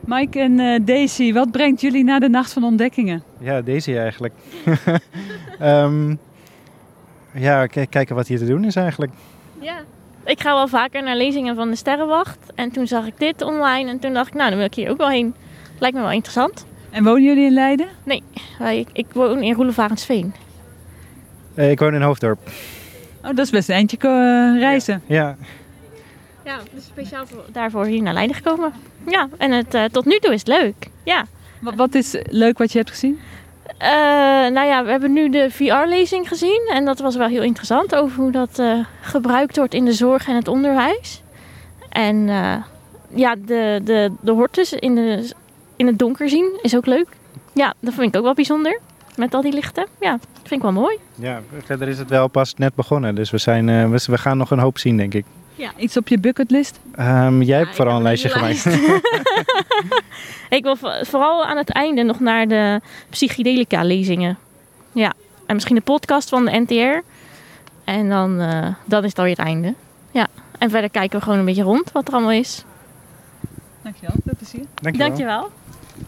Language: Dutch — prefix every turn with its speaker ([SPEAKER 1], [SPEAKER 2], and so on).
[SPEAKER 1] Mike en eh, Daisy, wat brengt jullie naar de Nacht van Ontdekkingen?
[SPEAKER 2] Ja, deze eigenlijk. Ehm, ja, k- kijken wat hier te doen is eigenlijk.
[SPEAKER 3] Ja. Ik ga wel vaker naar lezingen van de Sterrenwacht. En toen zag ik dit online. En toen dacht ik, nou, dan wil ik hier ook wel heen. Lijkt me wel interessant.
[SPEAKER 1] En wonen jullie in Leiden?
[SPEAKER 3] Wij- Ik woon in Roelevarensveen.
[SPEAKER 2] Eh, ik woon in Hoofddorp.
[SPEAKER 1] Oh, dat is best een eindje eh, reizen.
[SPEAKER 2] Ja,
[SPEAKER 3] Ja, dus speciaal daarvoor hier naar Leiden gekomen. Ja, en het, eh, tot nu toe is het leuk. Ja.
[SPEAKER 1] Wat, wat is leuk wat je hebt gezien?
[SPEAKER 3] Eh, nou ja, we hebben nu de VR-lezing gezien. En dat was wel heel interessant over hoe dat eh, gebruikt wordt in de zorg en het onderwijs. En eh, ja, de, de, de hortus in, de, in het donker zien is ook leuk. Ja, dat vind ik ook wel bijzonder. Met al die lichten. Ja, dat vind ik wel mooi.
[SPEAKER 2] ja, verder is het wel pas net begonnen. Dus we, zijn, eh, we, we gaan nog een hoop zien, denk ik.
[SPEAKER 1] Iets op je bucketlist?
[SPEAKER 2] Ehm, jij
[SPEAKER 3] Ah, Ja,
[SPEAKER 2] hebt
[SPEAKER 3] ik
[SPEAKER 2] vooral een
[SPEAKER 3] heb
[SPEAKER 2] lijstje
[SPEAKER 3] lijst.
[SPEAKER 2] gemaakt.
[SPEAKER 3] ik wil vo- vooral aan het einde nog naar de psychedelica-lezingen. Ja, en misschien de podcast van de NTR. En dan eh, dat is het alweer het einde. Ja, en verder kijken we gewoon een beetje rond wat er allemaal is.
[SPEAKER 1] Dankjewel, veel plezier.
[SPEAKER 2] Dankjewel.
[SPEAKER 3] Dankjewel.